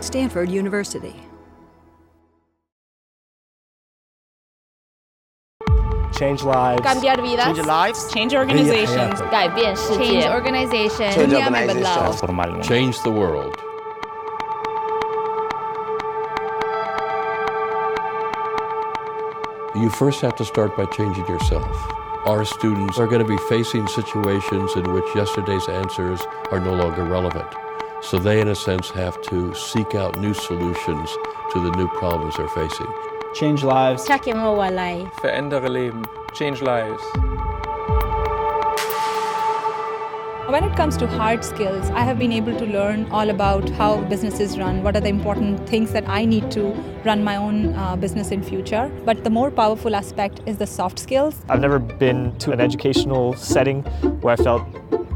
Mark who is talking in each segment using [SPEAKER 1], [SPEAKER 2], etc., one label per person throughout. [SPEAKER 1] Stanford University.
[SPEAKER 2] Change lives.
[SPEAKER 3] Cambiar vidas.
[SPEAKER 4] Change lives.
[SPEAKER 5] Change organizations.
[SPEAKER 3] 改变世界。
[SPEAKER 6] Change organization.
[SPEAKER 4] Change organization.
[SPEAKER 7] Transformar el mundo.
[SPEAKER 8] Change the world. You first have to start by changing yourself. Our students are going to be facing situations in which yesterday's answers are no longer relevant. So they, in a sense, have to seek out new solutions to the new problems they're facing.
[SPEAKER 2] Change lives.
[SPEAKER 3] our life.
[SPEAKER 9] Verändere Leben. Change lives.
[SPEAKER 10] When it comes to hard skills, I have been able to learn all about how businesses run, what are the important things that I need to run my own uh, business in future. But the more powerful aspect is the soft skills.
[SPEAKER 2] I've never been to an educational setting where I felt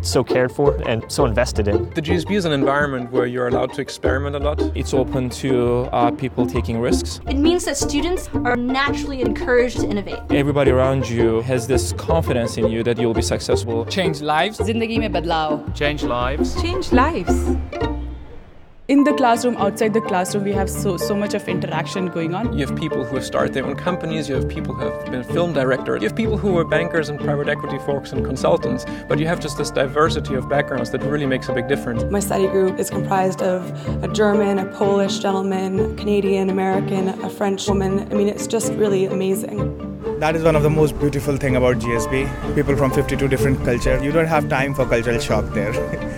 [SPEAKER 2] so cared for and so invested in.
[SPEAKER 9] The GSB is an environment where you're allowed to experiment a lot. It's open to uh, people taking risks.
[SPEAKER 11] It means that students are naturally encouraged to innovate.
[SPEAKER 9] Everybody around you has this confidence in you that you'll be successful.
[SPEAKER 4] Change lives.
[SPEAKER 3] Zindagi mein badlao.
[SPEAKER 4] Change lives.
[SPEAKER 3] Change lives.
[SPEAKER 5] In the classroom, outside the classroom, we have so, so much of interaction going on.
[SPEAKER 9] You have people who have started their own companies, you have people who have been film directors, you have people who are bankers and private equity folks and consultants, but you have just this diversity of backgrounds that really makes a big difference.
[SPEAKER 12] My study group is comprised of a German, a Polish gentleman, a Canadian American, a French woman. I mean, it's just really amazing.
[SPEAKER 13] That is one of the most beautiful thing about GSB. People from 52 different cultures. You don't have time for cultural shock there.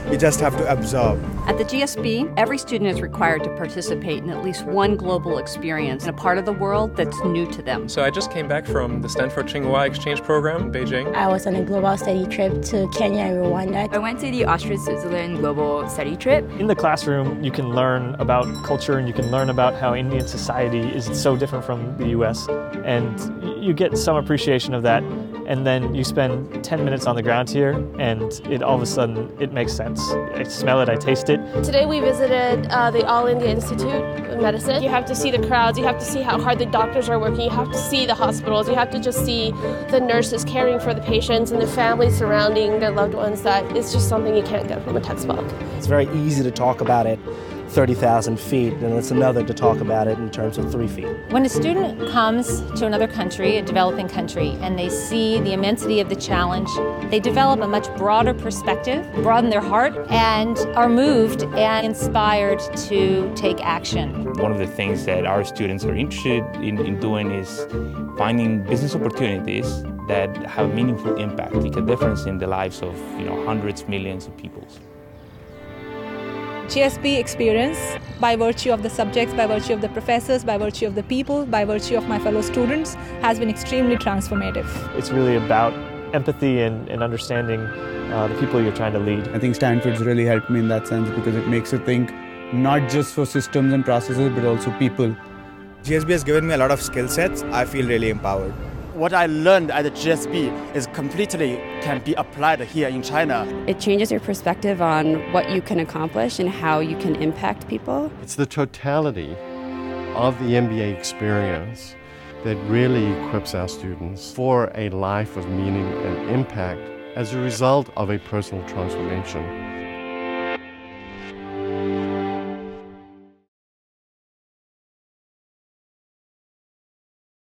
[SPEAKER 13] you just have to absorb.
[SPEAKER 1] At the GSB, every student is required to participate in at least one global experience in a part of the world that's new to them.
[SPEAKER 9] So I just came back from the Stanford Tsinghua Exchange Program, Beijing.
[SPEAKER 14] I was on a global study trip to Kenya and Rwanda.
[SPEAKER 15] I went to the Austria Switzerland global study trip.
[SPEAKER 2] In the classroom, you can learn about culture and you can learn about how Indian society is so different from the US. And you get some appreciation of that and then you spend 10 minutes on the ground here and it all of a sudden it makes sense i smell it i taste it
[SPEAKER 16] today we visited uh, the all india institute of medicine you have to see the crowds you have to see how hard the doctors are working you have to see the hospitals you have to just see the nurses caring for the patients and the families surrounding their loved ones that is just something you can't get from a textbook
[SPEAKER 4] it's very easy to talk about it 30,000 feet, and it's another to talk about it in terms of three feet.
[SPEAKER 17] When a student comes to another country, a developing country, and they see the immensity of the challenge, they develop a much broader perspective, broaden their heart, and are moved and inspired to take action.
[SPEAKER 7] One of the things that our students are interested in, in doing is finding business opportunities that have meaningful impact, make a difference in the lives of you know, hundreds, millions of people.
[SPEAKER 10] GSB experience by virtue of the subjects, by virtue of the professors, by virtue of the people, by virtue of my fellow students has been extremely transformative.
[SPEAKER 2] It's really about empathy and, and understanding uh, the people you're trying to lead.
[SPEAKER 18] I think Stanford's really helped me in that sense because it makes you think not just for systems and processes but also people.
[SPEAKER 13] GSB has given me a lot of skill sets. I feel really empowered
[SPEAKER 4] what I learned at the GSB is completely can be applied here in China.
[SPEAKER 19] It changes your perspective on what you can accomplish and how you can impact people.
[SPEAKER 20] It's the totality of the MBA experience that really equips our students for a life of meaning and impact as a result of a personal transformation.